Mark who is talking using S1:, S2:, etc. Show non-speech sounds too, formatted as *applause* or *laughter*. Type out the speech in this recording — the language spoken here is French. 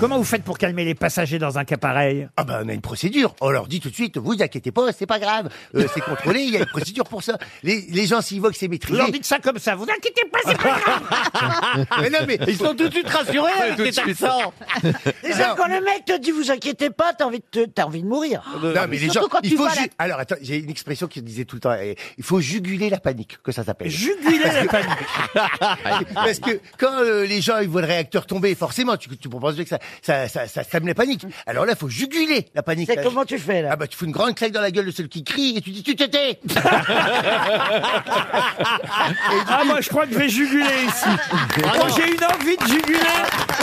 S1: Comment vous faites pour calmer les passagers dans un cas pareil
S2: Ah ben on a une procédure. On leur dit tout de suite, vous inquiétez pas, c'est pas grave, Euh, c'est contrôlé, il y a une procédure pour ça. Les, les gens s'y voient que c'est
S1: Vous
S2: maîtrisé.
S1: leur dites ça comme ça, vous inquiétez pas, c'est *laughs* pas grave
S3: ah,
S2: Mais non, mais ils sont tout de suite rassurés avec
S4: tout de
S2: cet
S4: suite.
S2: accent.
S3: Déjà,
S2: Non.
S3: quand le mec te dit vous inquiétez pas, t'as envie de, te- t'as envie de mourir.
S2: Non, mais les gens,
S3: surtout quand
S2: il
S3: tu
S2: faut.
S3: vas à la-
S2: ju- Alors attends, j'ai une expression qui disait tout le temps. eh, Il faut juguler la panique, que ça s'appelle.
S1: Juguler la panique
S2: *laughs* Parce que quand euh, les gens ils voient le réacteur tomber, forcément, tu, tu penses bien que ça, ça, ça, ça sème la panique. Alors là, il faut juguler la panique.
S3: C'est comment tu fais
S2: Ah
S3: là
S2: bah tu fous une grande claque dans la gueule de celui qui crie et tu dis tu te tais.
S1: *laughs* Ah, moi je crois que je vais juguler ici Moi j'ai une envie de juguler